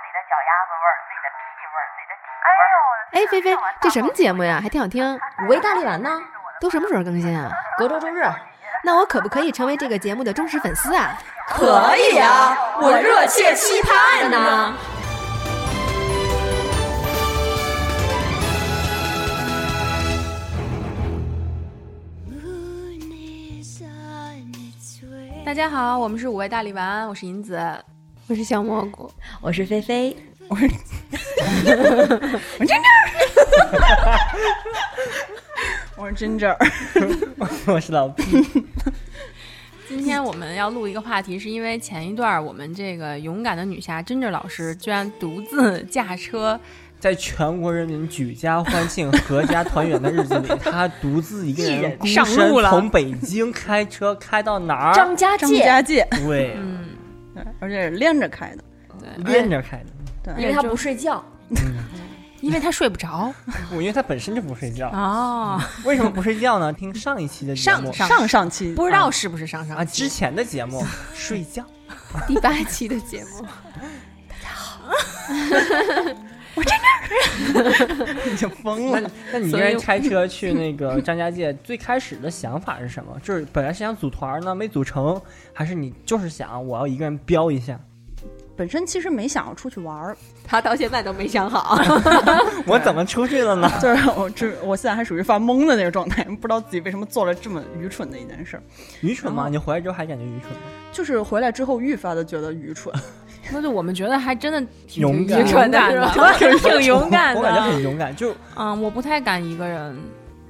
子味儿、自己的屁味儿、自己的体味儿。哎，菲菲，这什么节目呀？还挺好听。五味大力丸呢？都什么时候更新啊？隔周周日。那我可不可以成为这个节目的忠实粉丝啊？可以啊，我热切期盼呢。大家好，我们是五味大力丸，我是银子。我是小蘑菇，我是菲菲，我是真正。 我是老毕，今天我们要录一个话题，是因为前一段我们这个勇敢的女侠真正老师居然独自驾车，在全国人民举家欢庆、阖家团圆的日子里，他独自一个一人人孤上身路了从北京开车开到哪儿？张家张界，家界，对，嗯，对 而且是连着开的。连着开的。因为他不睡觉， 因为她睡不着我因为他本身就不睡觉，哦，为什么不睡觉呢？听上一期的节上目上上上期不知道是不是上上嗯啊，之前的节目 睡觉，第八期的节目，你就疯了。那你所以这开车去那个张家界，最开始的想法是什么？就是本来是想组团呢，没组成，还是你就是想我要一个人飙一下？本身其实没想要出去玩儿，他到现在都没想好。啊我怎么出去了呢？就是我这我现在还属于发懵的那个状态，不知道自己为什么做了这么愚蠢的一件事儿。愚蠢哦吗？你回来之后还感觉愚蠢吗？就是回来之后愈发的觉得愚蠢，那就我们觉得还真的挺勇敢挺勇敢 的，挺勇敢我感觉的。很勇敢，就 嗯，我不太敢一个人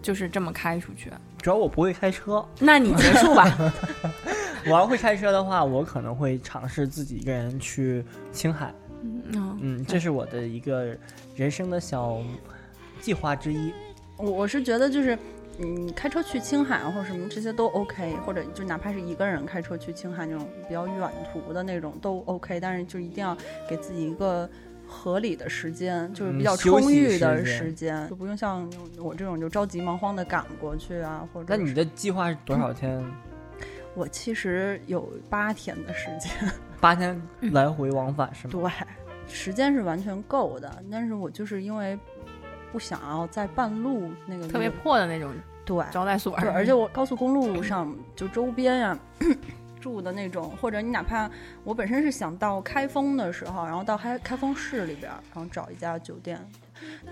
就是这么开出去。主要我不会开 车。那你结束吧。我要会开车的话，我可能会尝试自己一个人去青海。 嗯，嗯，这是我的一个人生的小计划之一。我我是觉得就是。嗯，开车去青海啊或者什么这些都 OK，或者就哪怕是一个人开车去青海那种比较远途的那种都 OK，但是就一定要给自己一个合理的时间，就是比较嗯休息充裕时的间时间，就不用像我这种就着急忙慌的赶过去啊，或者那你是的计划是多少 天？我其实有八天的时间， 八天来回往返是吗？对，时间是完全够的，但是我就是因为不想要在半路那个特别破的那种对招待所，对，而且我高速公路上就周边呀、 住的那种，或者你哪怕我本身是想到开封的时候，然后到开开封市里边儿，然后找一家酒店，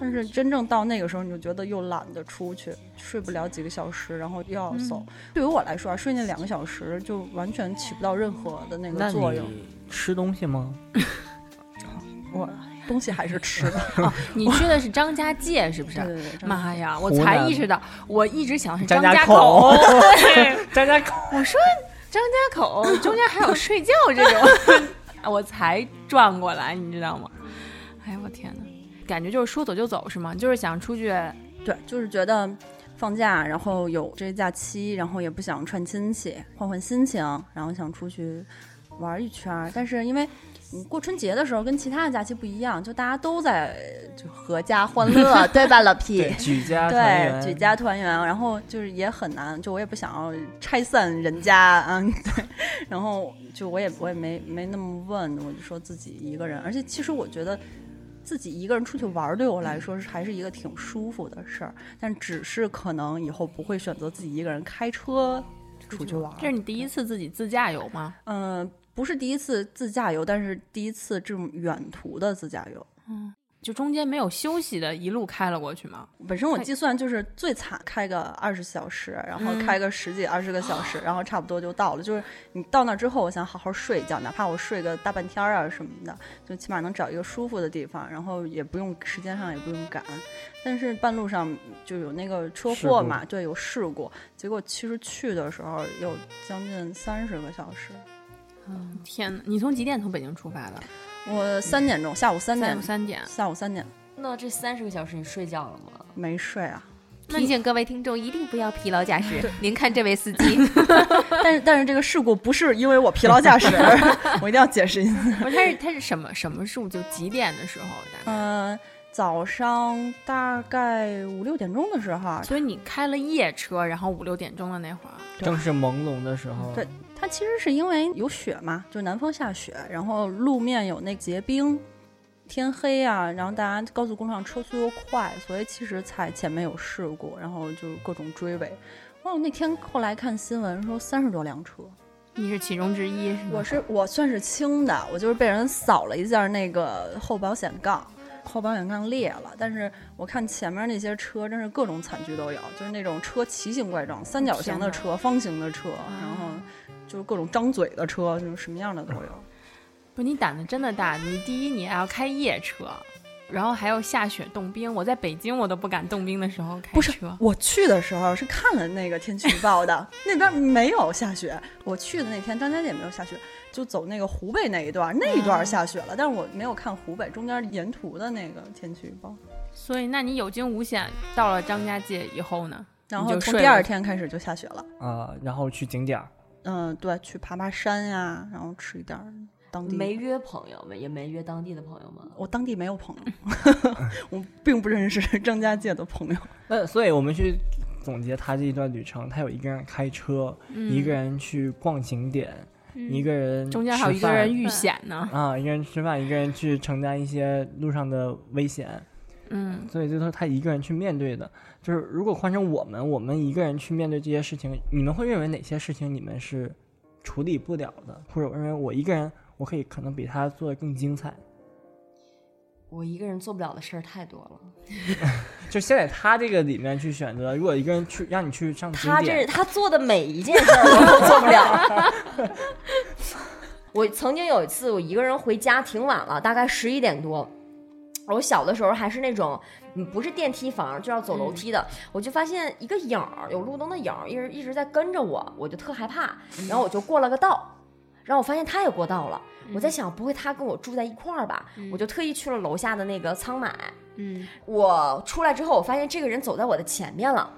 但是真正到那个时候，你就觉得又懒得出去，睡不了几个小时，然后又要走。对于我来说啊，睡那两个小时就完全起不到任何的那嗯那个作用，你吃东西吗？我东西还 是吃的。你去的是张家界是不是对？对对，妈呀！我湖才南意识到，我一直想的是张家家口 口，对张家口我说张家口中间还有睡觉这种， 我才转过来，你知道吗？哎呦我天哪，感觉就是说走就走是吗？就是想出去，对，就是觉得放假，然后有这假期，然后也不想串亲戚，换换心情，然后想出去玩一圈儿。但是因为你过春节的时候跟其他的假期不一样，就大家都在就合家欢乐，对吧，老对屁？ 举家团对圆，，举家团圆，然后就是也很难，就我也不想要拆散人家，嗯， 对，然后就我也我也没没那么问，我就说自己一个人，而且其实我觉得自己一个人出去玩儿对我来说是还是一个挺舒服的事儿，但只是可能以后不会选择自己一个人开车出去玩儿，这是你第一次自己自驾游吗？嗯、不是第一次自驾游，但是第一次这种远途的自驾游。就中间没有休息的，一路开了过去吗？本身我计算就是最惨开个二十小时，然后嗯开个十几二十个小 时，然后差不多就到了。就是你到那之后，我想好好睡一觉，哪怕我睡个大半天儿啊什么的，就起码能找一个舒服的地方，然后也不用时间上也不用赶。但是半路上就有那个车祸嘛，对，有事故。结果其实去的时候有将近三十个小时，天哪！你从几点从北京出发的？我三点钟，下午三点三，三点。下午三点那这三十个小时你睡觉了吗？没睡啊。提醒各位听众，一定不要疲劳驾 驶。您看这位司机， 但是但是这个事故不是因为我疲劳驾驶，我一定要解释一下。不是，它是它是什么什么数？就几点的时候大概？嗯、早上大概五六点钟的时候啊，所以你开了夜车，然后五六点钟的那会儿，正是朦胧的时候，对它其实是因为有雪嘛，就南方下雪，然后路面有那结冰，天黑啊，然后大家高速公路上车速又快，所以其实才前面有事故，然后就是各种追尾。哇，我那天后来看新闻说三十多辆车，你是其中之一，是吗我？是我算是轻的，我就是被人扫了一下那个后保险杠，后保险杠裂了。但是我看前面那些车，真是各种惨剧都有，就是那种车奇形怪状，三角形的车、方形的车，然后就是各种张嘴的车，就是什么样的都有。不是你胆子真的大，你第一你还要开夜车，然后还要下雪冻冰。我在北京我都不敢冻冰的时候开不是车，我去的时候是看了那个天气预报 的，那边没有下雪。我去的那天张家界没有下雪，就走那个湖北那一段，那一段下雪了，但是我没有看湖北中间沿途的那个天气预报。所以那你有惊无险到了张家界以后呢？然你后就从睡第二了天开始就下雪了。啊、然后去景点儿，嗯，对，去爬爬山呀、然后吃一点儿当地。没，约朋友们，也没约当地的朋友们。我当地没有朋友， 我并不认识张家界 的朋友。那所以我们去总结他这一段旅程，他有一个人开车，一个人去逛景点，一个人嗯中间还有一个人遇吃险呢。饭啊，一个人吃饭，一个人去承担一些路上的危险，嗯，所以这都是他一个人去面对的。就是如果换成我们，我们一个人去面对这些事情，你们会认为哪些事情你们是处理不了的，或者我认为我一个人我可以可能比他做的更精彩。我一个人做不了的事儿太多了。就先在他这个里面去选择，如果一个人去让你去上景他这点，他做的每一件事儿我都做不了。 我曾经有一次，我一个人回家挺晚了，大概十一点多。我小的时候还是那种，嗯不是电梯房，就要走楼梯的。我就发现一个影儿，有路灯的影儿，一直一直在跟着我，我就特害怕。然后我就过了个道，然后我发现他也过道了。我嗯在想，不会他跟我住在一块儿吧？我就特意去了楼下的那个仓买。嗯，我出来之后，我发现这个人走在我的前面了。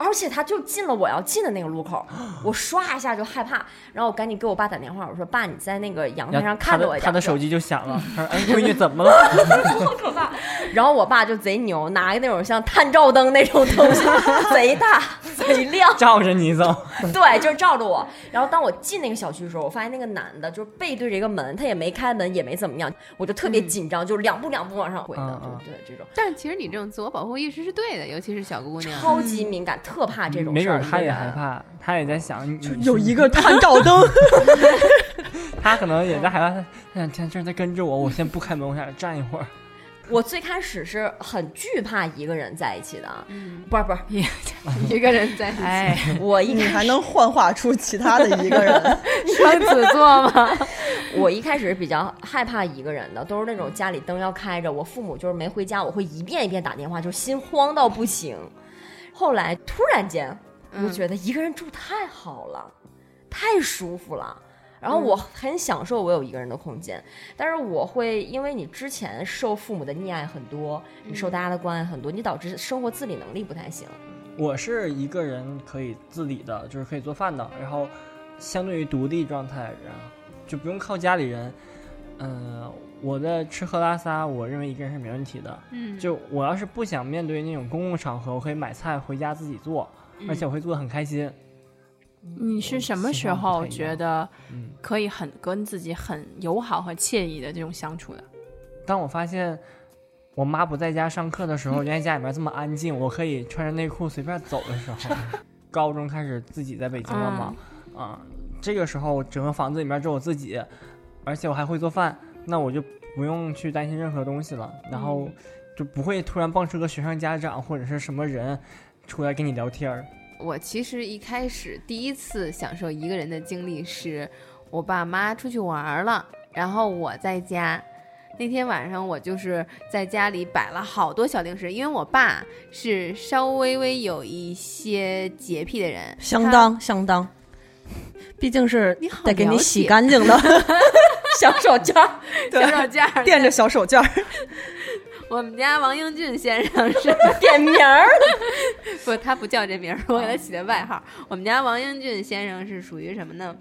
而且他就进了我要进的那个路 口，我唰一下就害怕，然后我赶紧给我爸打电话，我说爸，你在那个阳台然后上他看着的我一他下的，手机就响了，他说：“哎，闺女怎么了，然后我爸就贼牛，拿一个那种像探照灯那种东西， 贼大贼亮？”照着你走， 对，就是照着我。然后当我进那个小区的时候，我发现那个男的就是背对着一个门，他也没开门，也没怎么样，我就特别紧张，就是两步两步往上回的，嗯嗯嗯就对这种但是其实你这种自我保护意识是对的，尤其是小姑娘。超级敏感，特怕这种嗯没事准儿。儿他一也个人害怕，他也在想，你有一个探 照灯，他可能也在害怕，他他想天这在跟着我，我先不开门，我想站一会儿。我最开始是很惧怕一个人在一起的，啊嗯不是不 是，一个人在一起，哎我一你开还能幻化出其他的一 个人。双子座 吗？我一开始是比较害怕一个人的，都是那种家里灯要开着，我父母就是没回家，我会一遍一遍打电话，就心慌到不行。后来突然间，我就觉得一个人住太好了，太舒服了。然后我很享受我有一个人的空间，但是我会因为你之前受父母的溺爱很多，你受大家的关爱很多，你导致生活自理能力不太行。我是一个人可以自理的，就是可以做饭的，然后相对于独立状态，然后就不用靠家里人。嗯、我的吃喝拉撒，我认为一个人是没问题的。嗯就我要是不想面对那种公共场合，我可以买菜回家自己做，嗯而且我会做的很开心。你是什么时候觉得嗯，可以很跟自己很友好和惬意的这种相处的？当我发现我妈不在家上课 的时候，原来家里面这么安静，我可以穿着内裤随便走的时候，高中开始自己在北京了嘛，嗯啊、这个时候整个房子里面只有我自己，而且我还会做饭，那我就不用去担心任何东西了，嗯然后就不会突然蹦出个学生家长或者是什么人出来跟你聊天儿。我其实一开始第一次享受一个人的经历是，我爸妈出去玩儿了，然后我在家。那天晚上我就是在家里摆了好多小零食，因为我爸是稍微微有一些洁癖的人，相当相当，毕竟是你好得给了你解洗干净的 小手绢儿， 小手绢儿垫着小手绢儿。 我们家王英俊先生是 点名儿， 啊不，他不叫这名儿，我给他起的外号。我们家王英俊先生是属于什么呢？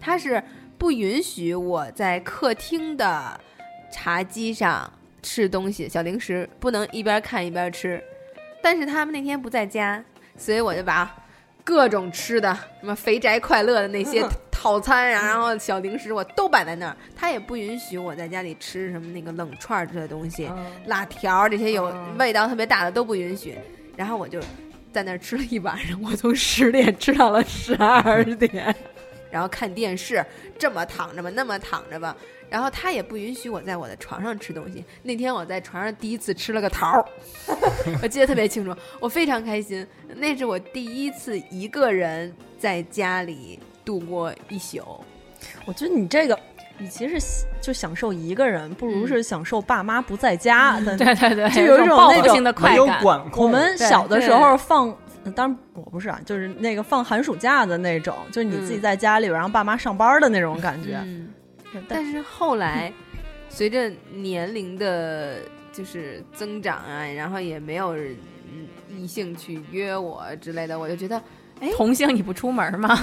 他是不允许我在客厅的茶几上吃东西，小零食不能一边看一边吃。但是他们那天嗯不在家，所以我就把各种吃的，什么肥宅快乐的那些淘套餐呀、然后小零食我都摆在那儿。他也不允许我在家里吃什么那个冷串儿之类的东啊西，嗯辣条儿这些有味道特别大的都不允许。然后我就在那儿吃了一晚上，我从十点吃到了十二点，然后看电视，这么躺着吧，那么躺着吧。然后他也不允许我在我的床上吃东西。那天我在床上第一次吃了个桃儿， 我记得特别清楚，我非常开心。那是我第一次一个人在家里度过一宿。 我觉得你这个，与其是喜就享受一个人，不嗯如是享受爸妈不在家 的。对对对，就有一一种报那复种性的没快有感。管控。我们小的时对候放，呃当然我不是啊，就是那个放寒暑假的那种，就是你自嗯己在家里边，然后爸妈上班的那种感觉。嗯，但但是后来随着年龄的，就是增长啊，然后也没有人嗯异性去约我之类的，我就觉得同性你不出门 吗？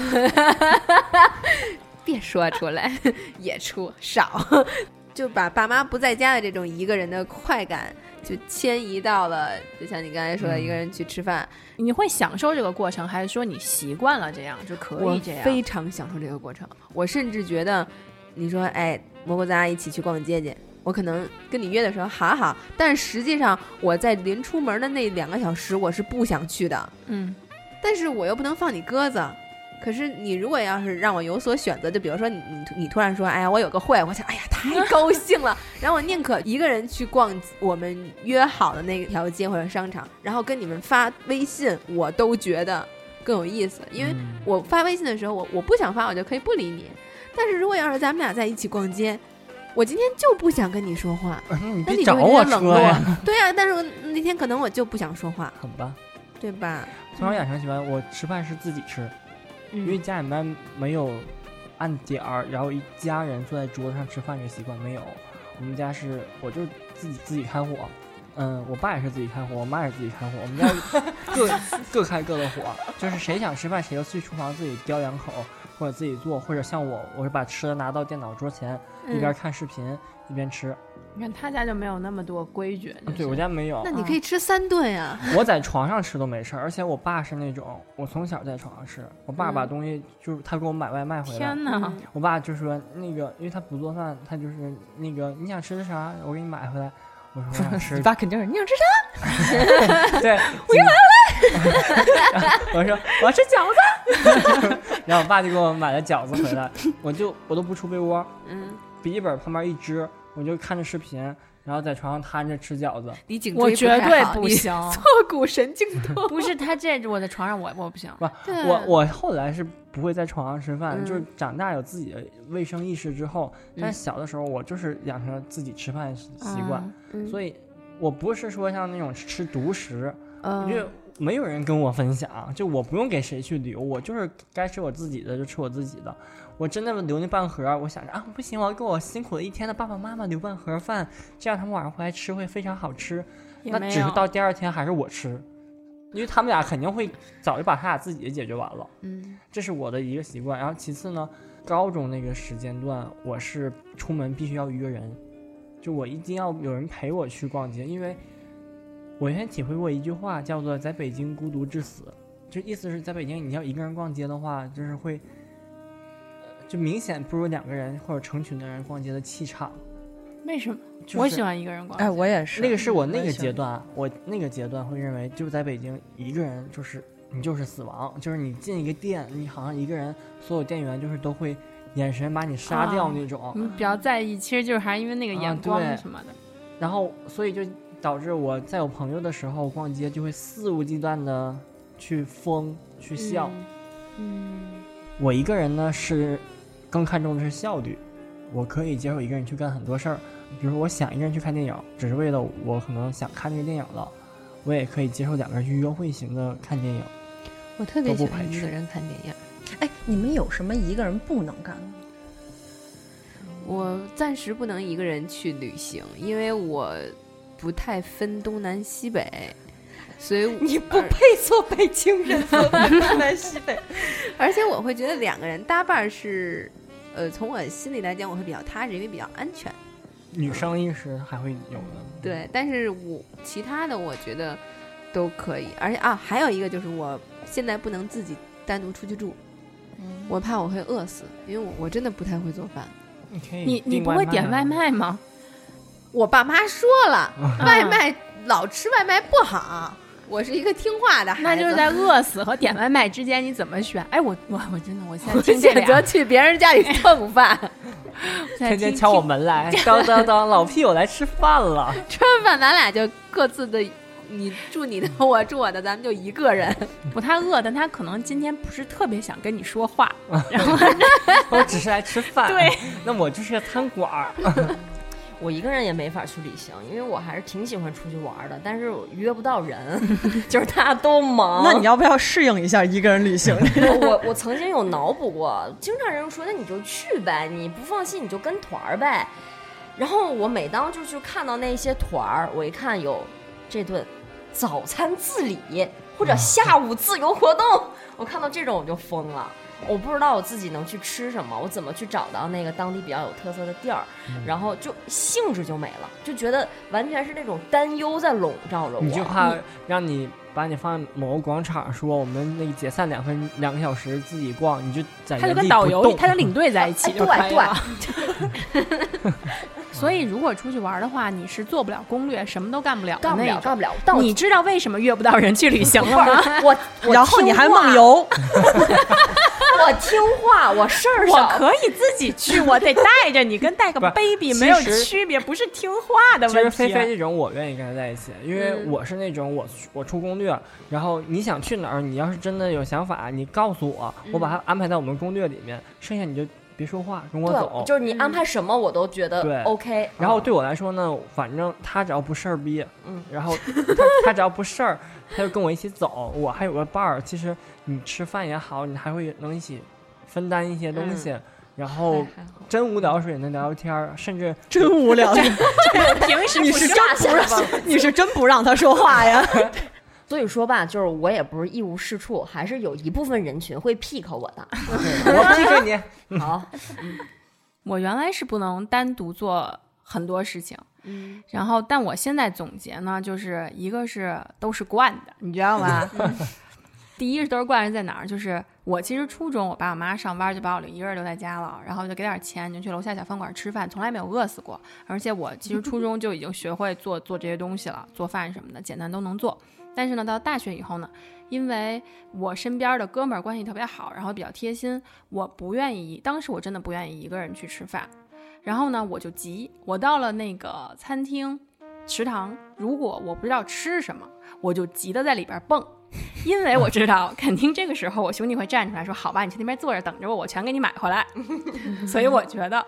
别说出来，也出少， 就把爸妈不在家的这种一个人的快感，就迁移到了，就像你刚才说的，一个人去吃饭，你会享受这个过程，还是说你习惯了这样就可我以这样？非常享受这个过程。我甚至觉得，你说，哎，蘑菇，咱俩一起去逛街去。我可能跟你约的时候好好，但实际上我在临出门的那两个小时，我是不想去的。嗯，但是我又不能放你鸽子。可是你如果要是让我有所选择，就比如说你你你突然说，哎呀，我有个会，我想，哎呀，太高兴了。 然后我宁可一个人去逛我们约好的那条街或者商场，然后跟你们发微信，我都觉得更有意思。因为嗯我发微信的时候，我我不想发，我就可以不理你。但是如果要是咱们俩在一起逛街，我今天就不想跟你说话，嗯 你那别你就找有我点冷说呀，落。啊对呀、但是我那天可能我就不想说话，很吧。对吧？从小养成习惯，我吃饭是自己吃，因为嗯家里面没有按点儿，然后一家人坐在桌子上吃饭这习惯没有。我们家是我就是自己自己开火，嗯，我爸也是自己开火，我妈也是自己开火，我们家各各开各的火，就是谁想吃饭谁就去厨房自己叼两口，或者自己做，或者像我，我是把吃的拿到电脑桌前，一嗯边看视频一边吃。你看他家就没有那么多规矩。就是啊对我家没有，那你可以吃三顿 呀、我在床上吃都没事儿，而且我爸是那种，我从小在床上吃，我爸把东西、就是他给我买外卖回来，天哪，嗯我爸就说那个，因为他不做饭，他就是那个你想吃啥，我给你买回来。我说我想吃，爸肯定是你想吃啥？对，我买回来。 我说我要吃饺子，然后我爸就给我买了饺子回来，我就我都不出被窝，嗯，笔记本旁边一支，我就看着视频，然后在床上摊着吃饺子。你颈椎我绝对不太好不，行，坐骨神经痛。不是他这我在床上我我不行。不， 对啊我我后来是不会在床上吃饭，嗯就是长大有自己的卫生意识之后，但嗯是小的时候我就是养成了自己吃饭的习习啊嗯惯，嗯所以我不是说像那种吃独食，嗯因为没有人跟我分享，就我不用给谁去留，我就是该吃我自己的就吃我自己的。我真的留那半盒儿，我想着啊，不行，我要给我辛苦了一天的爸爸妈妈留半盒儿饭，这样他们晚上回来吃会非常好吃。也那没只是有到第二天还是我吃，因为他们俩肯定会早就把他俩自己的解决完了。嗯这是我的一个习惯。然后其次呢，高中那个时间段，我是出门必须要约人，就我一定要有人陪我去逛街，因为我原先体会过一句话，叫做“在北京孤独致死”，就意思是在北京你要一个人逛街的话，就是会，呃就明显不如两个人或者成群的人逛街的气场。为什么？就是、我喜欢一个人逛。哎，我也是。那个是我那完个全阶段，我那个阶段会认为，就在北京一个人就是你就是死亡，就是你进一个店，你好像一个人，所有店员就是都会眼神把你杀掉啊那种。你比较在意，其实就是还是因为那个啊眼光对什么的。然后所以就导致我在有朋友的时候逛街就会肆无忌惮的去疯去笑。嗯，我一个人呢是更看重的是效率，我可以接受一个人去干很多事儿，比如说我想一个人去看电影，只是为了我可能想看这个电影了，我也可以接受两个人去约会型的看电影。我特别别喜喜欢欢一一个个人看电影，哎，你们有什么一个人不能干的？我暂时不能一个人去旅行，因为我不太分东南西北，所 以你不而配做北京人， 做东南西北。而且我会觉得两个人搭伴儿是，呃，从我心里来讲，我会比较踏实，因为比较安全。女生意识还会有的。，对，但是我其他的我觉得都可以，而且啊，还有一个就是我现在不能自己单独出去住，我怕我会饿死，因为我我真的不太会做饭。你可以你你订不会啊点外？卖吗？我爸妈说了，外卖老吃外卖不好。我是一个听话的孩子， 那就是在饿死和点外卖之间，你怎么选？哎，我我我真的，我现在听这选择俩，去别人家 里蹭饭，现在天天听敲我听 门来，当当当，老屁我来吃饭了。吃完饭咱俩就各自的，你住你的，我住我的，咱们就一个人。不太饿，但他可能今天不是特别想跟你说话。我只是来吃饭。对，那我就是个餐馆儿。我一个人也没法去旅行，因为我还是挺喜欢出去玩的，但是我约不到人， 就是大家都忙。那你要不要适应一下一个人旅行？啊 我我我曾经有脑补过，经常人说那你就去呗，你不放心你就跟团儿呗。然后我每当就是看到那些团儿，我一看有这顿早餐自理或啊者下午自由活动，我看到这种我就疯了。我不知道我自己能去吃什么，我怎么去找到那个当地比较有特色的店儿，嗯然后就兴致就没了，就觉得完全是那种担忧在笼罩着我。你就怕让你把你放在某个广场，说我们那个解散两分两个小时自己逛，你就在他就原跟地导不游，动他就领队在一起哎就可以对了。 所以，如果出去玩的话，你是做不了攻略，什么都干不了的干不那了，种。干不了。但我你知道为什么约不到人去旅行了吗？ 我，我然后你还听话梦游，我听话，我事儿我少。可以自己去，我得带着你，跟带个不 baby 其没有实区别，不是听话的其实问菲题。啊嗯菲这种，我愿意跟她在一起，因为我是那种我我出攻略，然后你想去哪儿，你要是真的有想法，你告诉我，我嗯把它安排到我们攻略里面，剩下你就别说话，跟我对，。走就是你安排什么我都觉对得 OK。然后对我来说呢，反正他只要不事儿逼，哦嗯，然后他他只要不事儿，他就跟我一起走，我还有个伴儿。其实你吃饭也好，你还会能一起分担一些东西，然后真无聊的时候也能聊聊天儿，甚至真无聊。平时你不是说真不让， 你是真不让他说话呀？所以说吧，就是我也不是一无是处，还是有一部分人群会 pick 我 的。我 PK 你。好，我原来是不能单独做很多事情，嗯，然后但我现在总结呢，就是一个是都是惯的，你知道吗？ 第一是都是惯是在哪儿？就是我其实初中我爸我妈上班就把我一个人留在家了，然后就给点钱就去楼下小饭馆吃饭，从来没有饿死过。而且我其实初中就已经学会做做这些东西了，做饭什么的简单都能做。但是呢，到大学以后呢，因为我身边的哥们儿关系特别好，然后比较贴心，我不愿意，当时我真的不愿意一个人去吃饭。然后呢，我就急，我到了那个餐厅、食堂，如果我不知道吃什么，我就急的在里边蹦，因为我知道肯定这个时候我兄弟会站出来说：“好吧，你去那边坐着等着我，我全给你买回 来。”所以我觉得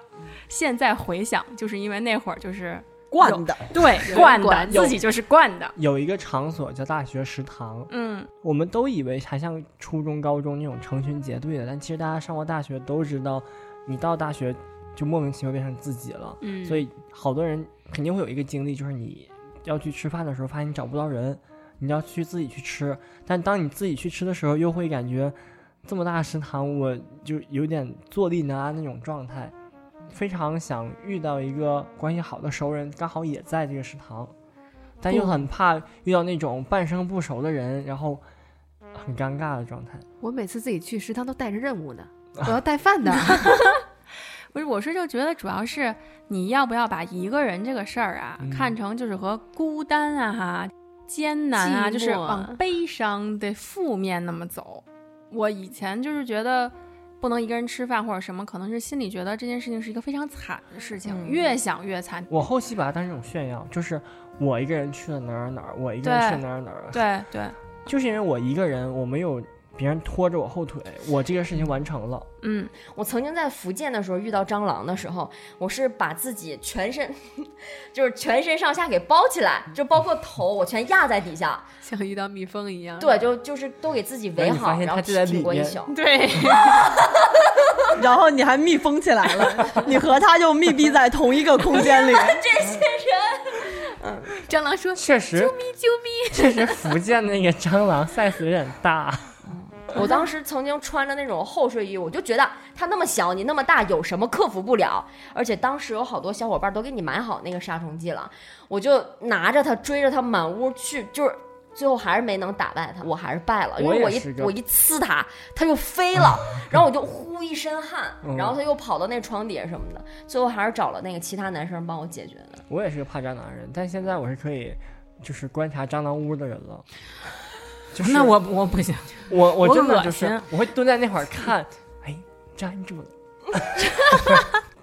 现在回想，就是因为那会儿就是惯的，对人惯的，管 有自己就是惯的，有一个场所叫大学食堂，嗯。我们都以为还像初中、高中那种成群结队的，但其实大家上过大学都知道，你到大学就莫名其妙变成自己了。嗯所以好多人肯定会有一个经历，就是你要去吃饭的时候，发现你找不到人，你要去自己去吃。但当你自己去吃的时候，又会感觉这么大的食堂，我就有点坐立难安那种状态，非常想遇到一个关系好的熟人，刚好也在这个食堂，但又很怕遇到那种半生不熟的人，然后很尴尬的状态。我每次自己去食堂都带着任务 呢，我要带 饭的。不是，我是就觉得主要是你要不要把一个人这个事儿啊，嗯看成就是和孤单啊、哈、艰难啊，寂就是寞啊往悲伤的负面那么走。我以前就是觉得不能一个人吃饭或者什么，可能是心里觉得这件事情是一个非常惨的事情，嗯越想越惨。我后期把它当成一种炫耀，就是我一个人去了哪儿哪儿，我一个人对去了哪儿哪儿，对对，就是因为我一个人，我没有别人拖着我后腿，我这个事情完成了。嗯，我曾经在福建的时候遇到蟑螂的时候，我是把自己全身， 就是全身上下给包起来，就包括头，我全压在底下。 像遇到蜜蜂一样。对，，就就是都给自己围然后你发好，然现它后就在挺里过一 面宿。对，然后你还密封起来了，你和他就密闭在同一个空间里。蟑螂 说确实，啾咪， 确实福建那个蟑螂 size 有点大，我当时曾经穿着那种厚睡衣，我就觉得它那么小，你那么大，有什么克服不了？而且当时有好多小伙伴都给你买好那个杀虫剂了，我就拿着它追着它满屋去，就是最后还是没能打败他，我还是败了，因我为也我一是嗯个我一呲他，他就飞了，然后我就呼一身汗，嗯然后他又跑到那床底下什么的，最后还是找了那个其他男生帮我解决的。 我也是个怕蟑螂的人，但现在我是可以就是观察蟑螂屋的人了。就是那我我不行， 我我真的我恶就是心我会蹲在那会儿看， 哎，粘住了，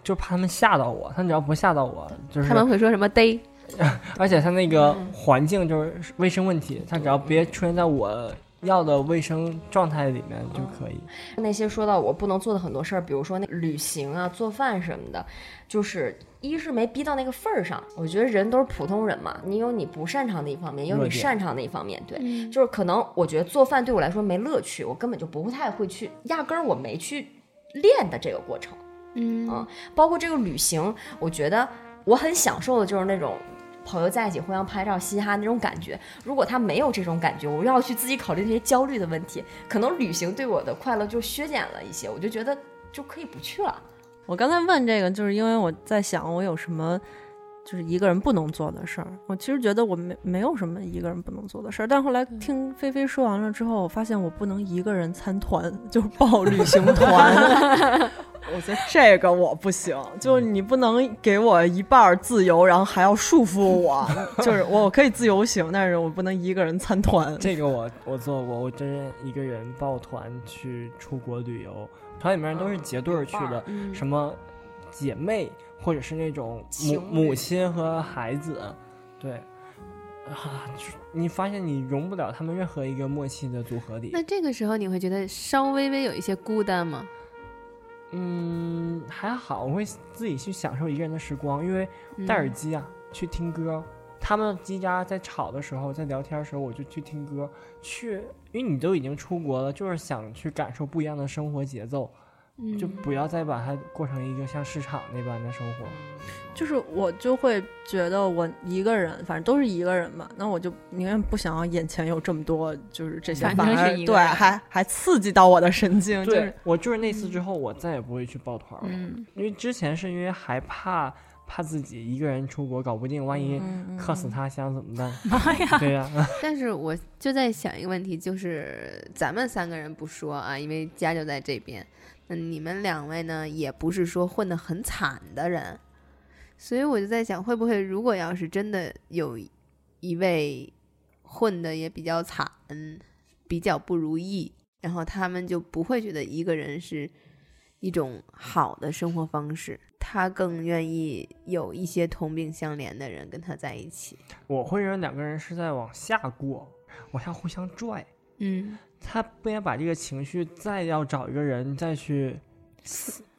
就怕他们吓到我。他们只要不吓到我，就是他们会说什么逮？ 而且它那个嗯环境就是卫生问题，它只要别出现在我要的卫生状态里面就可以。那些说到我不能做的很多事儿，比如说那旅行啊、做饭什么的，就是一是没逼到那个份儿上。我觉得人都是普通人嘛，你有你不擅长的一方面，也有弱你点擅长的一方面。对，就是可能我觉得做饭对我来说没乐趣，我根本就不太会去，压根儿我没去练的这个过程。嗯嗯，包括这个旅行，我觉得我很享受的就是那种朋友在一起互相拍照、嘻哈那种感觉。如果他没有这种感觉，我要去自己考虑那些焦虑的问题，可能旅行对我的快乐就削减了一些，我就觉得就可以不去了。我刚才问这个，就是因为我在想我有什么就是一个人不能做的事儿。我其实觉得我没没有什么一个人不能做的事儿，但后来听菲菲说完了之后，我发现我不能一个人参团，就是报旅行 团。我觉得这个我不行，就是你不能给我一半儿自由，然后还要束缚我。就是我可以自由行，但是我不能一个人参嗯团。这个我我做过，我真是一个人抱团去出国旅游，团里面都是结对儿去的，嗯 什么姐妹或者是那种母情侣母亲和孩子，对。啊，就是你发现你融不了他们任何一个默契的组合里。那这个时候你会觉得稍微微有一些孤单吗？嗯，还好，我会自己去享受一个人的时光，因为嗯嗯戴耳机啊、去听歌。他们叽喳在吵的时候，在聊天的时候，我就去听歌，去，因为你都已经出国了，就是想去感受不一样的生活节奏，嗯嗯就不要再把它过成一个像市场那般的生活。就是我就会觉得我一个人，反正都是一个人嘛，那我就宁愿不想要眼前有这么多，就是这些，反正反而是一个对，人还还刺激到我的神经，就对是我就是那次之后，我再也不会去抱团嗯了，因为之前是因为害怕怕自己一个人出国搞不定，万一客死他乡怎么办？妈呀！对呀、 但是我就在想一个问题，就是咱们三个人不说啊，因为家就在这边。那你们两位呢，也不是说混得很惨的人，所以我就在想，会不会如果要是真的有一位混得也比较惨，比较不如意，然后他们就不会觉得一个人是一种好的生活方式，他更愿意有一些同病相怜的人跟他在一起。我会认为两个人是在往下过，往下互相拽。嗯他不应该把这个情绪再要找一个人再去，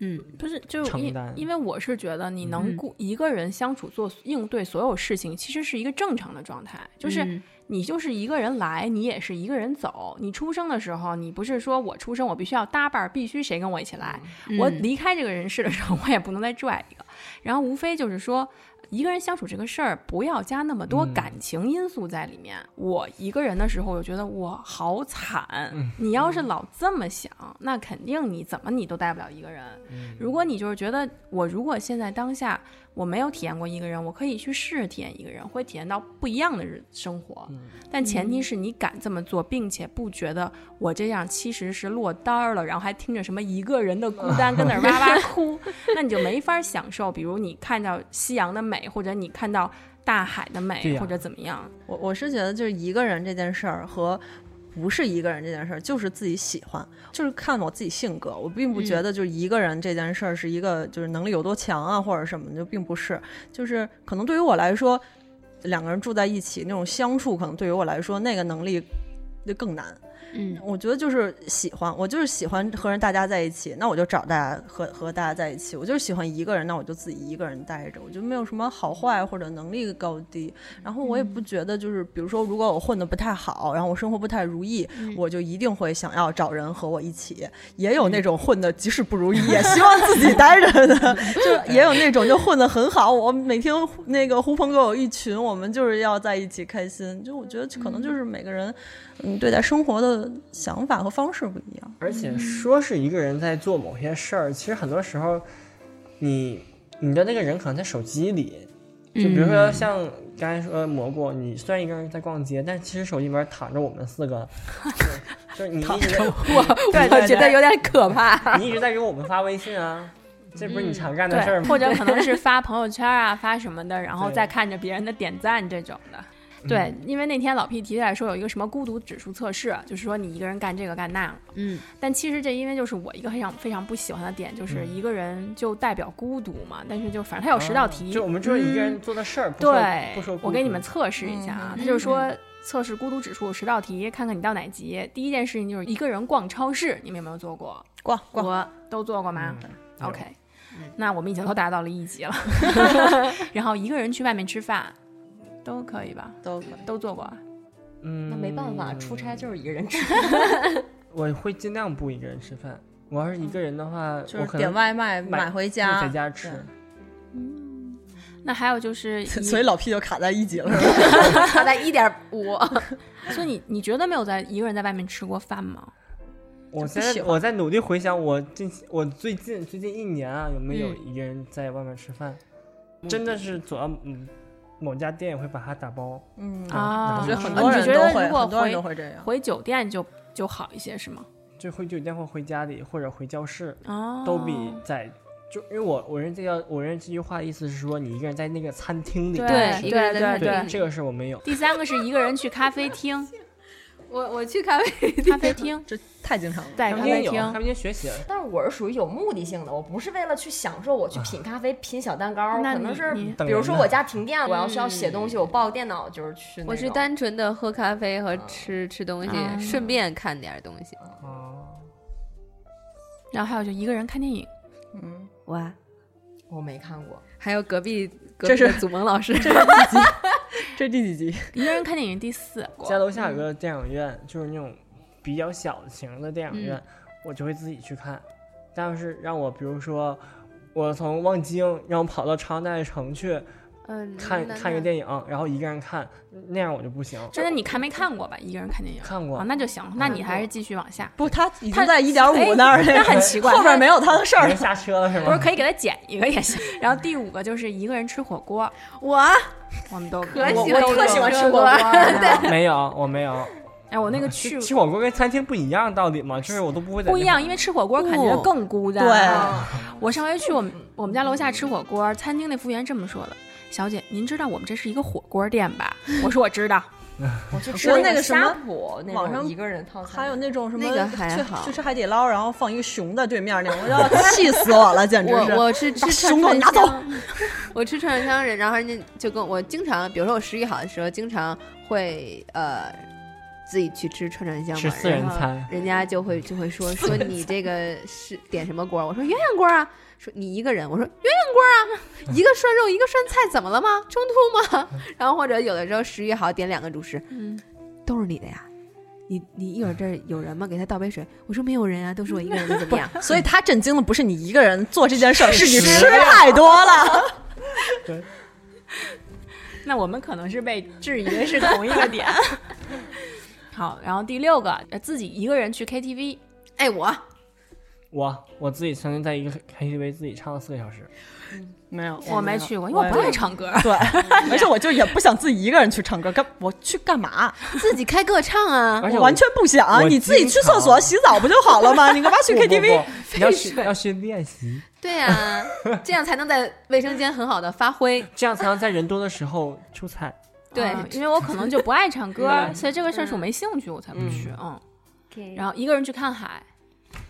嗯。不是，就是承因担因为我是觉得你能嗯顾一个人相处做应对所有事情，其实是一个正常的状态。就是嗯你就是一个人来，你也是一个人走。你出生的时候，你不是说我出生我必须要搭伴儿，必须谁跟我一起来。我嗯离开这个人世的时候，我也不能再拽一个。然后无非就是说，一个人相处这个事儿，不要加那么多嗯感情因素在里面。我一个人的时候，我就觉得我好惨。嗯你要是老这么想，那肯定你怎么你都带不了一个人。嗯如果你就是觉得我如果现在当下我没有体验过一个人，我可以去试着体验一个人，会体验到不一样的日生活。嗯但前提是你敢这么做，并且不觉得我这样其实是落单儿了，然后还听着什么一个人的孤单，跟那儿哇哇哭，那你就没法享受。比如你看到夕阳的美，或者你看到大海的对美，呀或者怎么样，我我是觉得就是一个人这件事儿和。不是一个人这件事儿，就是自己喜欢，就是看我自己性格。我并不觉嗯得就是一个人这件事儿是一个就是能力有多强啊，或者什么的，就并不是。就是可能对于我来说，两个人住在一起那种相处，可能对于我来说那个能力就更难。嗯我觉得就是喜欢，我就是喜欢和人大家在一起，那我就找大家和和大家在一起。我就是喜欢一个人，那我就自己一个人待着，我就没有什么好坏或者能力高低。然后我也不觉得就是，比如说如果我混得不太好，然后我生活不太如意，我就一定会想要找人和我一起。也有那种混的即使不如意，也希望自己待着的，就也有那种就混得很好。我每天那个狐朋狗友一群，我们就是要在一起开心。就我觉得可能就是每个人。嗯，对待生活的想法和方式不一样。而且说是一个人在做某些事儿，其实很多时候你你的那个人可能在手机里，嗯就比如说像刚才说蘑菇，你虽然一个人在逛街，但其实手机里边躺着我们 四个，就是你一直在我 我觉得有点可怕。你一直在给我们发微信啊，这不是你常干的事儿嗯对，吗？或者可能是发朋友圈啊，发什么的，然后对嗯再看着别人的点赞这种的。对，因为那天老 P 提起来说有一个什么孤独指数测试，就是说你一个人干这个干那个，嗯，但其实这因为就是我一个非常非常不喜欢的点，嗯就是一个人就代表孤独嘛，但是就反正它有十道题，嗯啊就我们只有一个人做的事儿，不说对不说，我孤给你独们测试一下啊，他就是说测试孤独指数十道题，看看你到哪级。第一件事情就是一个人逛超市，你们有没有做过？ 逛逛，我都做过吗嗯有？OK，那嗯我们已经都达到了一级了。然后一个人去外面吃饭，都可以吧？都可以都做过啊。嗯，那没办法，出差就是一个人吃。我会尽量不一个人吃饭。我要是一个人的话，嗯就我是可点能外卖买买回就家，在家吃。那还有 就是一，所以老 P 就卡在一级了，嗯 他在一点五，所以你你觉得没有在一个人在外面吃过饭吗？我不喜在欢我在努力回想我近期我最近最近一年啊，有没有一个人在外面吃饭？真的是走到嗯某家店也会把它打包。嗯啊，我觉得很啊多你人觉都得会，如果很多人都回会这样。回酒店就就好一些是吗？就回酒店或回家里或者回教室，哦，都比在就因为我我认这条我认这句话的意思是说你一个人在那个餐厅里对干一事个人在那对里对这个是我没有。第三个是一个人去咖啡 厅，我我去咖啡咖啡厅，这太经常了，在他咖们也啡有，他厅，们也学习了。但是我是属于有目的性的，我不是为了去享受，我去品咖啡、品小蛋糕，那可能你是你等比如人说呢我家停电了，我要需要写东西，我抱个电脑就是去那种。我是单纯的喝咖啡和吃吃东西啊，顺便看点东西。哦，然后还有就一个人看电影，嗯，哇，我没看过，还有隔壁隔这壁是的祖萌老师， 这第几集？一个人看电影第 四过家楼下有个电影院，就是那种比较小型的电影院，我就会自己去看。但要是让我，比如说我从望京让我跑到长安大悦城去嗯，看看一个电影，然后一个人看，那样我就不行。真的你看没看过吧？一个人看电影看啊，过，嗯那就行，那你还是继续往下，不，他已他经在一点哎五那儿了，那很奇怪后面没有他的事有儿人。下车了是不是吗？ 可以给他减一个也行。然后第五个就是一个人吃火锅，我 我们都可我喜欢我吃特喜欢火锅， 没有，我没有。哎，我那个去吃火锅跟餐厅不一样道理嘛，就是我都不会在不一样，那因为吃火锅感觉更孤单。啊对， 我上回去我们我们家楼下吃火锅，餐厅那服务员这么说的：“小姐，您知道我们这是一个火锅店吧？”我说我知 道。我去吃说那那个个什么呷哺，那网种上一个人套餐，还有那种什么那个还好去去吃海底捞，然后放一个熊在对面那种，我要气死我了，简直我是。我是吃把串熊给我串拿香，我吃串串香人，然后人家就跟我经常，比如说我食欲好的时候，经常会呃自己去吃串串香嘛，吃四人然后餐人家就会就会说说你这个是点什么锅儿？我说鸳鸯锅儿啊，说你一个人，我说鸳鸯锅儿啊， 一个涮肉一个涮菜，怎么了吗？冲突吗？ 然后或者有的时候食欲好点两个主食，嗯，都是你的呀。你你一会儿这儿有人吗？给他倒杯水。我说没有人啊，都是我一个人的，怎么样？所以他震惊的不是你一个人做这件事儿，是你是吃太多了。那我们可能是被质疑的是同一个点。 好，然后第六个，呃自己一个人去 KTV， 哎，我我我自己曾经在一个 KTV 自己唱了四个小时，没有，我没去过，因为我不爱唱歌。 对，而且我就也不想自己一个人去唱歌，干我去干嘛？自己开个唱啊。而且哎我我完全不想，我你自己去经常厕所洗澡不就好 了吗？你干嘛去不不 KTV？不你要去要去练习， 对呀、这样才能在卫生间很好的发挥。这样才能在人多的时候出彩。对啊因为我可能就不爱唱歌，所以这个事儿是嗯我没兴趣，我才不去。嗯，然后一个人去看海，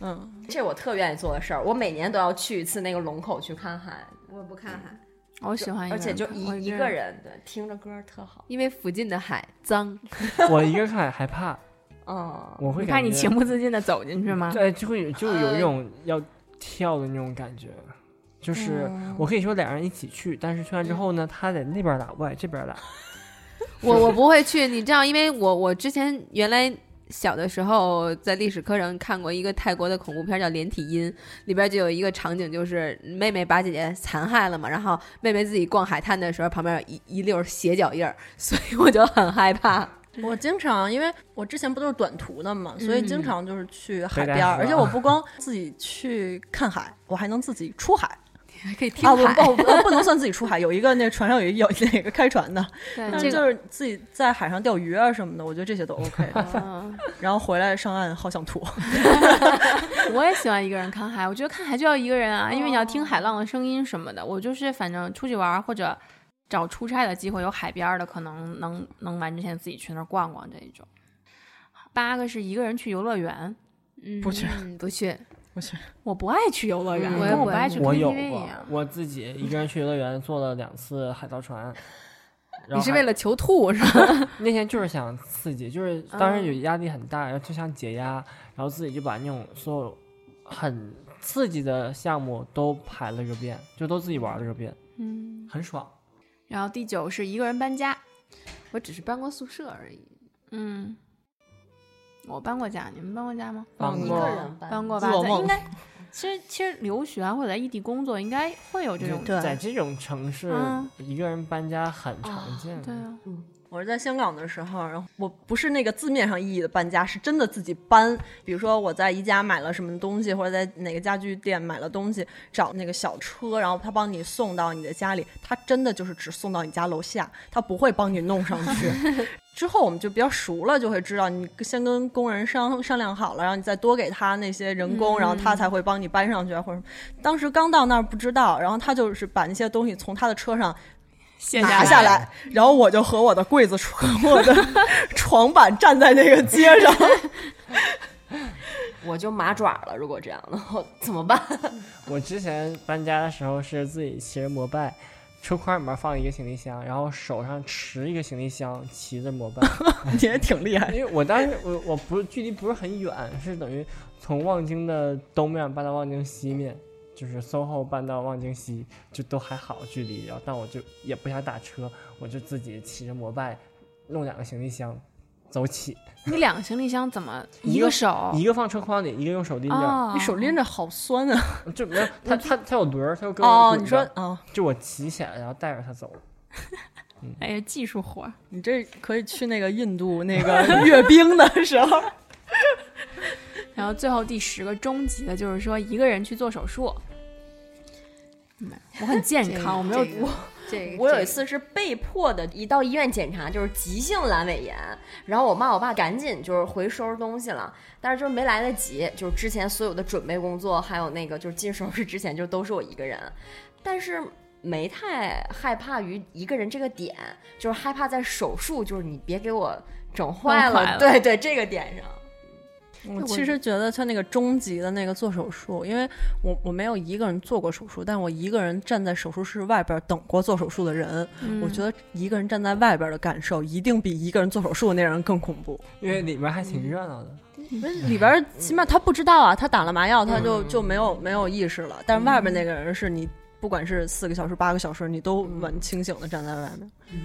嗯，这我特愿意做的事儿，我每年都要去一次那个龙口去看海，我不看海，我喜欢一个而人且看，就我一一这个。人对听着歌儿特好，因为附近的海脏。我一个人看害怕，嗯，我会你感看觉你情不自禁的走进去吗？对，就会就有一种要跳的那种感觉。就是我可以说两人一起去，但是去完之后呢，他在那边打，我在这边打。 我我不会去，你知道，因为我我之前原来。小的时候在历史课上看过一个泰国的恐怖片叫《连体婴》，里边就有一个场景，就是妹妹把姐姐残害了嘛，然后妹妹自己逛海滩的时候，旁边有一一溜血脚印儿，所以我就很害怕。我经常因为我之前不都是短途的嘛，所以经嗯常就是去海北戴边儿，河而且我不光自己去看海，我还能自己出海。还可以听啊，我海。不不不能算自己出海，有一个 那船上有一有哪个开船的，对但这个是就是自己在海上钓鱼啊什么的，我觉得这些都 OK 的。嗯，然后回来上岸好想吐， 我也喜欢一个人看海，我觉得看海就要一个人啊，因为你要哦听海浪的声音什么的。我就是反正出去玩儿或者找出差的机会，有海边儿的，可能能能完全自己去那儿逛逛这一种。八个是一个人去游乐园，嗯不去嗯不去，我不爱去游乐园，嗯我也跟不不爱爱去就我有 KTV 一过样，。我自己一个人去游乐园坐了两次海盗船。然你后是还为了求吐是吧？那天就是想刺激，就是当时有压力很大，然后就想解压，然后自己就把那种所有很刺激的项目都排了个遍，就都自己玩了个遍，嗯，很爽。然后第九是一个人搬家，我只是搬过宿舍而已。嗯，我搬过家，你们搬过家吗？搬一过个人搬搬过吧，做在梦应该。其实其实留学啊或者在异地工作，应该会有这种对在这种城市，嗯一个人搬家很常见。对啊，我是在香港的时候，然后我不是那个字面上意义的搬家，是真的自己搬。比如说我在宜家买了什么东西，或者在哪个家具店买了东西，找那个小车，然后他帮你送到你的家里，他真的就是只送到你家楼下，他不会帮你弄上去。之后我们就比较熟了，就会知道你先跟工人商商量好了，然后你再多给他那些人工，然后他才会帮你搬上去啊或者什么。当时刚到那儿不知道，然后他就是把那些东西从他的车上卸拿下来，然后我就和我的柜子、和我 的床板站在那个街上，我就麻爪了。如果这样的话怎么办？我之前搬家的时候是自己骑着摩拜，车筐里面放一个行李箱，然后手上持一个行李箱，骑 着摩拜。 你也挺厉害。因为我当时我我不是距离不是很远，是等于从望京的东面搬到望京西面，就是 SOHO 搬到望京西，就都还好距离。然后但我就也不想打车，我就自己骑着摩拜，弄两个行李箱，走起，你两个行李箱怎么一个个手？一个放车筐里，一个用手拎着，哦，你手拎着好酸啊！就没有它它它有轮儿，它又跟我哦，滚你说着哦，就我骑起来，然后带着它走。哎呀，技术活儿。你这可以去那个印度那个 阅兵的时候，然后最后第十个终极的就是说一个人去做手术。嗯我很健这康，个我没有这个这个我有这一次是被迫的，一到医院检查就是急性阑尾炎，然后我妈我爸赶紧就是回收拾东西了，但是就是没来得及，就是之前所有的准备工作，还有那个就是进手术室之前就都是我一个人，但是没太害怕于一个人这个点，就是害怕在手术，就是你别给我整坏弄了，坏了对对，这个点上， 我其实觉得他那个终极的那个做手术，因为我我没有一个人做过手术，但我一个人站在手术室外边等过做手术的人，我觉得一个人站在外边的感受一定比一个人做手术的那人更恐怖。因为里面还挺热闹的，不是里边儿起码他不知道啊，他打了麻药，他就就没有没有意识了。但是外边那个人是你，不管是四个小时、八个小时，你都蛮清醒的站在外面。嗯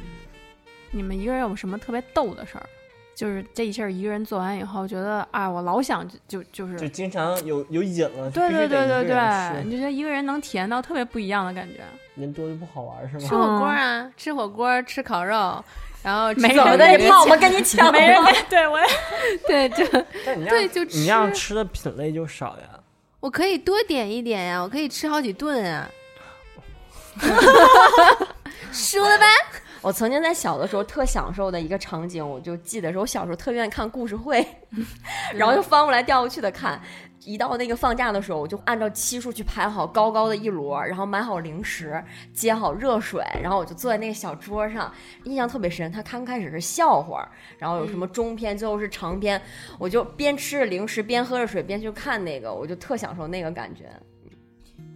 你们一个人有什么特别逗的事儿？就是这一事儿一个人做完以后，觉得啊，我老想就就就是，就经常有有瘾了。对必对须对得一个对人对，你就觉得一个人能体验到特别不一样的感觉。人多就不好玩是吗吃？火锅啊，吃火锅，吃烤肉，然后吃 没早餐人跟别你抢泡我们跟你抢没人给对我也对，就 但你那对样就你那样吃吃的品类就少呀。我可以多点一点呀、我可以吃好几顿啊。输了吧？ 我曾经在小的时候特享受的一个场景，我就记得是我小时候特愿意看故 事会，然后就翻过来调过去的看。一到那个放假的时候，我就按照期数去排好高高的一摞，然后买好零食，接好热水，然后我就坐在那个小桌上，印象特别深。他刚开始是笑话，然后有什嗯么中篇，最后是长篇，我就边吃着零食边喝着水边去看那个，我就特享受那个感觉。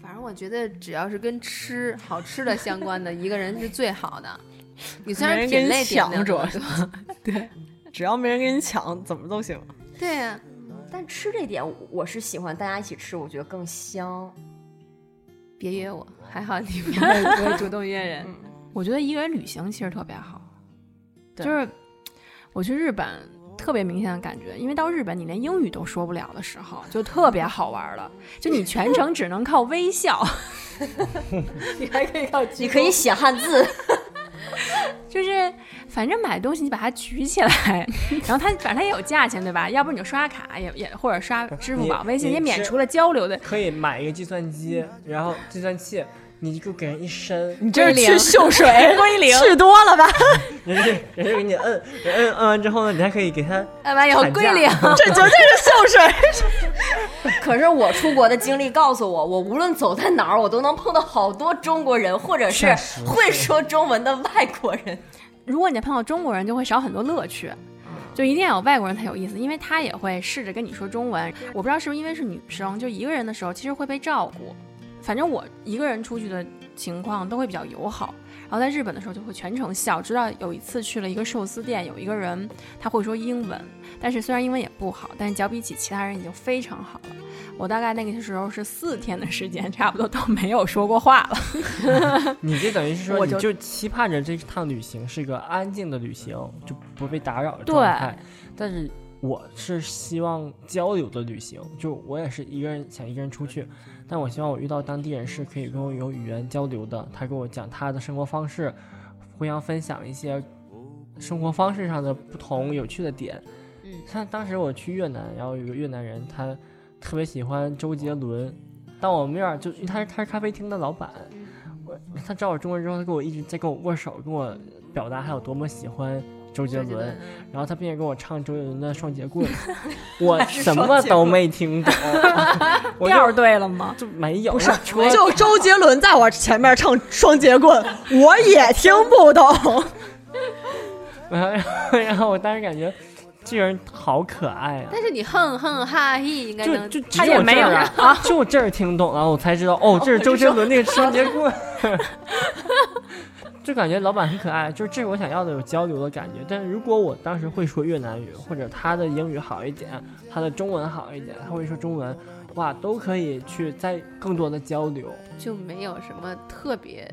反正我觉得只要是跟吃好吃的相关的，一个人是最好的。你虽没然人品跟类你点抢没有主要那么多，只要没人跟你抢，怎么都行。对呀、但吃这点，我是喜欢大家一起吃，我觉得更香。别约我，还好 你不会不会主动约人。 我觉得一个人旅行其实特别好，就对是我去日本特别明显的感觉，因为到日本你连英语都说不了的时候，就特别好玩了，就你全程只能靠微笑， 你可以写汉 字。就是反正买东西你把它举起来，然后它反正它也有价钱对吧？要不你就刷卡也也或者刷支付宝、你微信你也免是除了交流的，可以买一个计算机，然后计算器，你就给人一伸，你这是去秀水归零去多了 吧？人家人家给你摁，人摁摁完之后呢，你还可以给他啊哎按 完以后砍价归零。这绝对是秀水。可是我出国的经历告诉我，我无论走在哪儿，我都能碰到好多中国人，或者是确实会说中文的外国人。如果你碰到中国人，就会少很多乐趣。嗯就一定要有外国人才有意思，因为他也会试着跟你说中文。我不知道是不是因为是女生，就一个人的时候其实会被照顾。反正我一个人出去的情况都会比较友好。然后在日本的时候就会全程笑。直到有一次去了一个寿司店，有一个人他会说英文，但是虽然英文也不好，但是较比起其他人已经非常好了。我大概那个时候是四天的时间， 差不多都没有说过话了。 你这等于是说，我你就就期盼着这趟旅行是一个安静的旅行，就不被打扰的嗯对状态。但是我是希望交流的旅行，就我也是一个人想一个人出去，但我希望我遇到当地人是可以跟我有语言交流的，他跟我讲他的生活方式，互相分享一些生活方式上的不同有趣的点。嗯像当时我去越南，然后有个越南人，他特别喜欢周杰伦，当我面儿就因为他是他是咖啡厅的老板。我他知道我中国人之后，他跟我一直在跟我握手，跟我表达他有多么喜欢周杰伦，嗯然后他并且跟我唱周杰伦的《双截棍》， 我什么都没听 懂，我调就儿对了吗？就没有，不是就周杰伦在我前面唱双截棍，我也听不懂。 然后然后我当时感觉这个人好可爱啊。但是你哼哼哈嘿，应该就能就只他也有没这有儿 啊，就这儿听懂了，我才知道哦，这是周杰伦那个双截棍。 就感觉老板很可爱，就是这是我想要的有交流的感觉。但是如果我当时会说越南语，或者他的英语好一点，他的中文好一点，他会说中文，哇，都可以去再更多的交流，就没有什么特别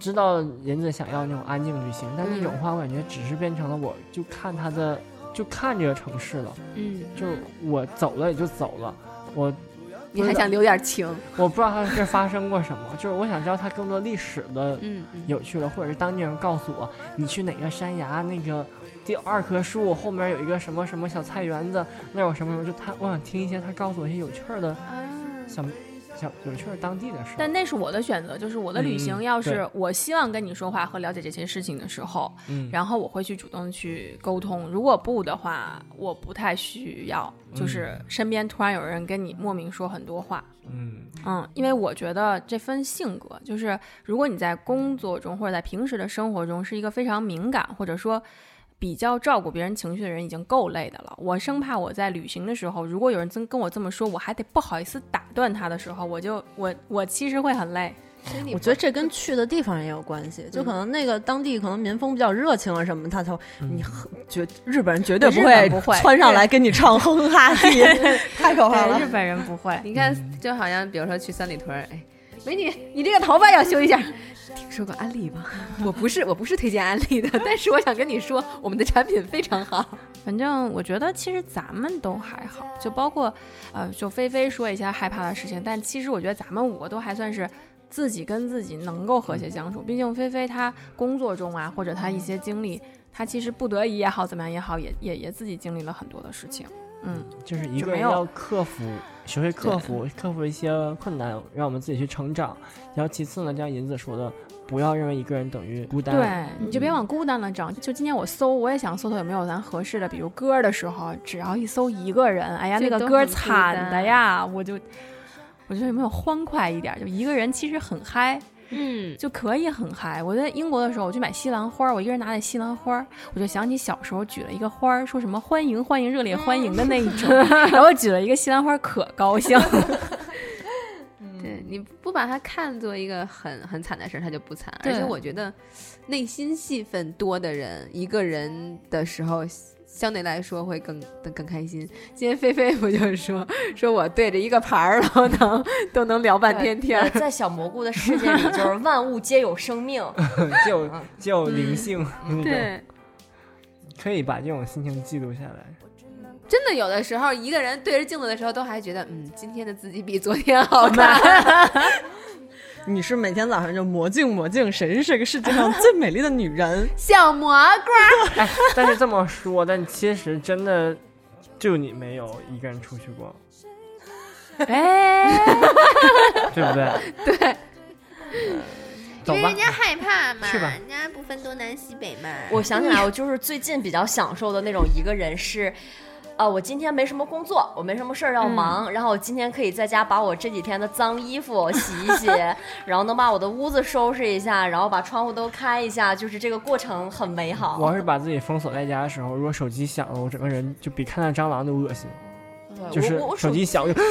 知道人家想要那种安静旅行。但那种话，我感觉只是变成了我就看他的，就看这个城市了，嗯，就我走了也就走了，我你还想留点情，我不知道他是发生过什么，就是我想知道他更多历史的嗯嗯，有趣的，或者是当地人告诉我，你去哪个山崖那个第二棵树后面有一个什么什么小菜园子，那有什么什么，就他我想听一些他告诉我一些有趣儿的啊小小有趣儿当地的事儿。但那是我的选择，就是我的旅行，嗯要是对我希望跟你说话和了解这些事情的时候，嗯，然后我会去主动去沟通。如果不的话，我不太需要，就是身边突然有人跟你莫名说很多话。嗯嗯，因为我觉得这分性格，就是如果你在工作中或者在平时的生活中是一个非常敏感或者说比较照顾别人情绪的人，已经够累的了。我生怕我在旅行的时候，如果有人真跟我这么说，我还得不好意思打断他的时候，我就我我其实会很累。所以你我觉得这跟去的地方也有关系，就可能那个当地可能民风比较热情啊什么，他才会你很绝日本人绝对日本会不会穿上来跟你唱哼哼哈 嘿，太可怕对，了日。本人不会。你看，就好像比如说去三里屯儿，哎，美女，你这个头发要修一下。听说过安利吗？ 我不是，我不是推荐安利的， 但是我想跟你说，我们的产品非常好。反正我觉得其实咱们都还好，就包括，呃，就菲菲说一些害怕的事情，但其实我觉得咱们五个都还算是自己跟自己能够和谐相处。毕竟菲菲她工作中啊，或者她一些经历，她其实不得已也好，怎么样也好，也也也自己经历了很多的事情。嗯，就是一就个没人有要克服，学会克服，克服一些困难，让我们自己去成长。然后其次呢，就像银子说的，不要认为一个人等于孤单。对，你就别往孤单了整。就今天我搜，我也想搜搜有没有咱合适的，比如歌的时候，只要一搜一个人，哎呀，就那个都歌很孤惨的单呀，我就我觉得有没有欢快一点，就一个人其实很嗨。嗯，就可以很嗨。我在英国的时候，我去买西兰花儿，我一个人拿着西兰花儿，我就想起小时候举了一个花儿，说什么欢迎欢迎热烈欢迎的那一种，然后举了一个西兰花儿，可高兴。对，你不把它看作一个很很惨的事儿，它就不惨。而对且我觉得，内心戏份多的人，一个人的时候。相对来说会更更更开心。今天菲菲不就是说说我对着一个盘儿，然后能都能聊半天天儿对， 在小蘑菇的世界里，就是万物皆有生 命。 就有就有灵性，那种对，可以把这种心情记录下来。真的有的时候一个人对着镜子的时候，都还觉得，嗯，今天的自己比昨天好看。 你是每天早上就魔镜魔镜，谁是这个世界 上最美丽的女 人？小蘑菇儿，哎，但是这么说，但其实真的就你没有一个人出去 过，哎，对不对？呃走因为吧人，家害怕嘛，去吧人家不分东南西北嘛。我想起来，我就是最近比较享受的那种一个人是。啊、我今天没什么工作，我没什么事儿要嗯忙，然后我今天可以在家把我这几天的脏衣服洗一 洗，然后能把我的屋子收拾一下，然后把窗户都开一下，就是这个过程很美好。我要是把自己封锁在家的时候，如果手机响了，我整个人就比看到蟑螂都恶心，对就是我我手手机响我就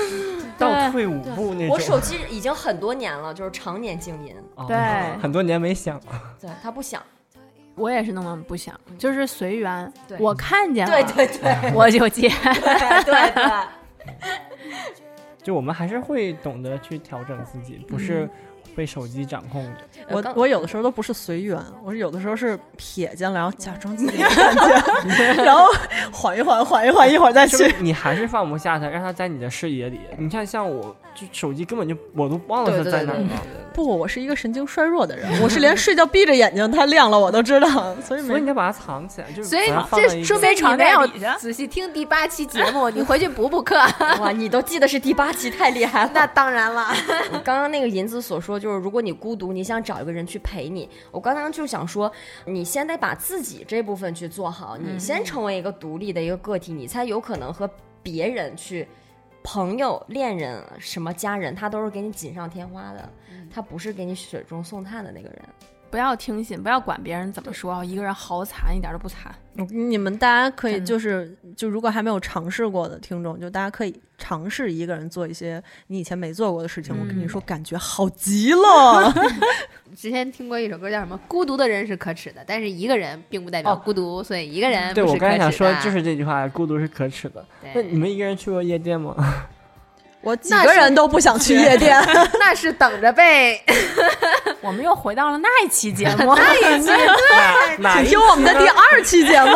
倒退五步那种。我手机已经很多年了，就是常年静音，哦对很多年没响过。对它 不响。我也是那么不想，就是随缘对，我看见对了对对我就接。对对，就我们还是会懂得去调整自己，不嗯是被手机掌控的。我刚我有的时候都不是随缘，我是有的时候是瞥见了，然后假装自己没看 见，然后缓一缓，缓一缓，一会儿 再就是去。你还是放不下它，让它在你的视野里。你看，像我，就手机根本就我都忘了它在哪儿了。不，我是一个神经衰弱的 人，我是连睡觉闭着眼睛它亮了我都知道，所所以以没你。得把它藏起来，就是所以把它放到一这个说明你床没垫有底下仔细听第八期节 目，你回去补补课。 哇，你都记得是第八期，太厉害了。那当然 了，刚刚那个银子所说，就是如果你孤独，你想找一个人去陪你。我刚刚就想说，你先得把自己这部分去做好，你嗯先成为一个独立的一个个体，你才有可能和别人去。朋友、恋人、什么家人，他都是给你锦上添花的，嗯他不是给你雪中送炭的那个人。不要听信，不要管别人怎么说，一个人好惨，一点都不惨。 你们大家可以就是就如果还没有尝试过的听众，就大家可以尝试一个人做一些你以前没做过的事情。我跟嗯你说，感觉好极 了。之前听过一首歌叫什么？孤独的人是可耻的，但是一个人并不代表哦孤独，所以一个人对不我是可刚才耻的想说就是这句话，孤独是可耻的。对那你们一个人去过夜店吗？我几那个是人都不想去夜店，那是等着被 我们又回到了那一期节 目，哪哪请一听我们的第二期节目。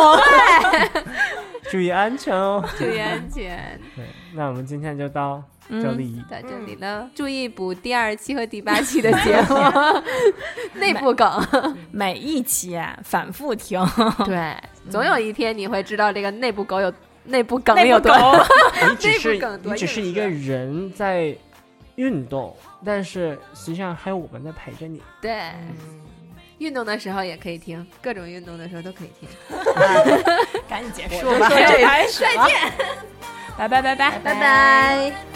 注意安全哦。救援犬对，那我们今天就到这里。在这里呢，注意补第二期和第八期的节 目内部梗。每一期反复听， 对，总有一天你会知道这个内部梗有内部梗内有部 多。梗你只是内部梗多你只是硬一个人在运动，但是实际上还有我们在陪着你。对，嗯运动的时候也可以听，各种运动的时候都可以听。 赶紧结束吧，还有开始，再见，拜拜拜拜。拜拜。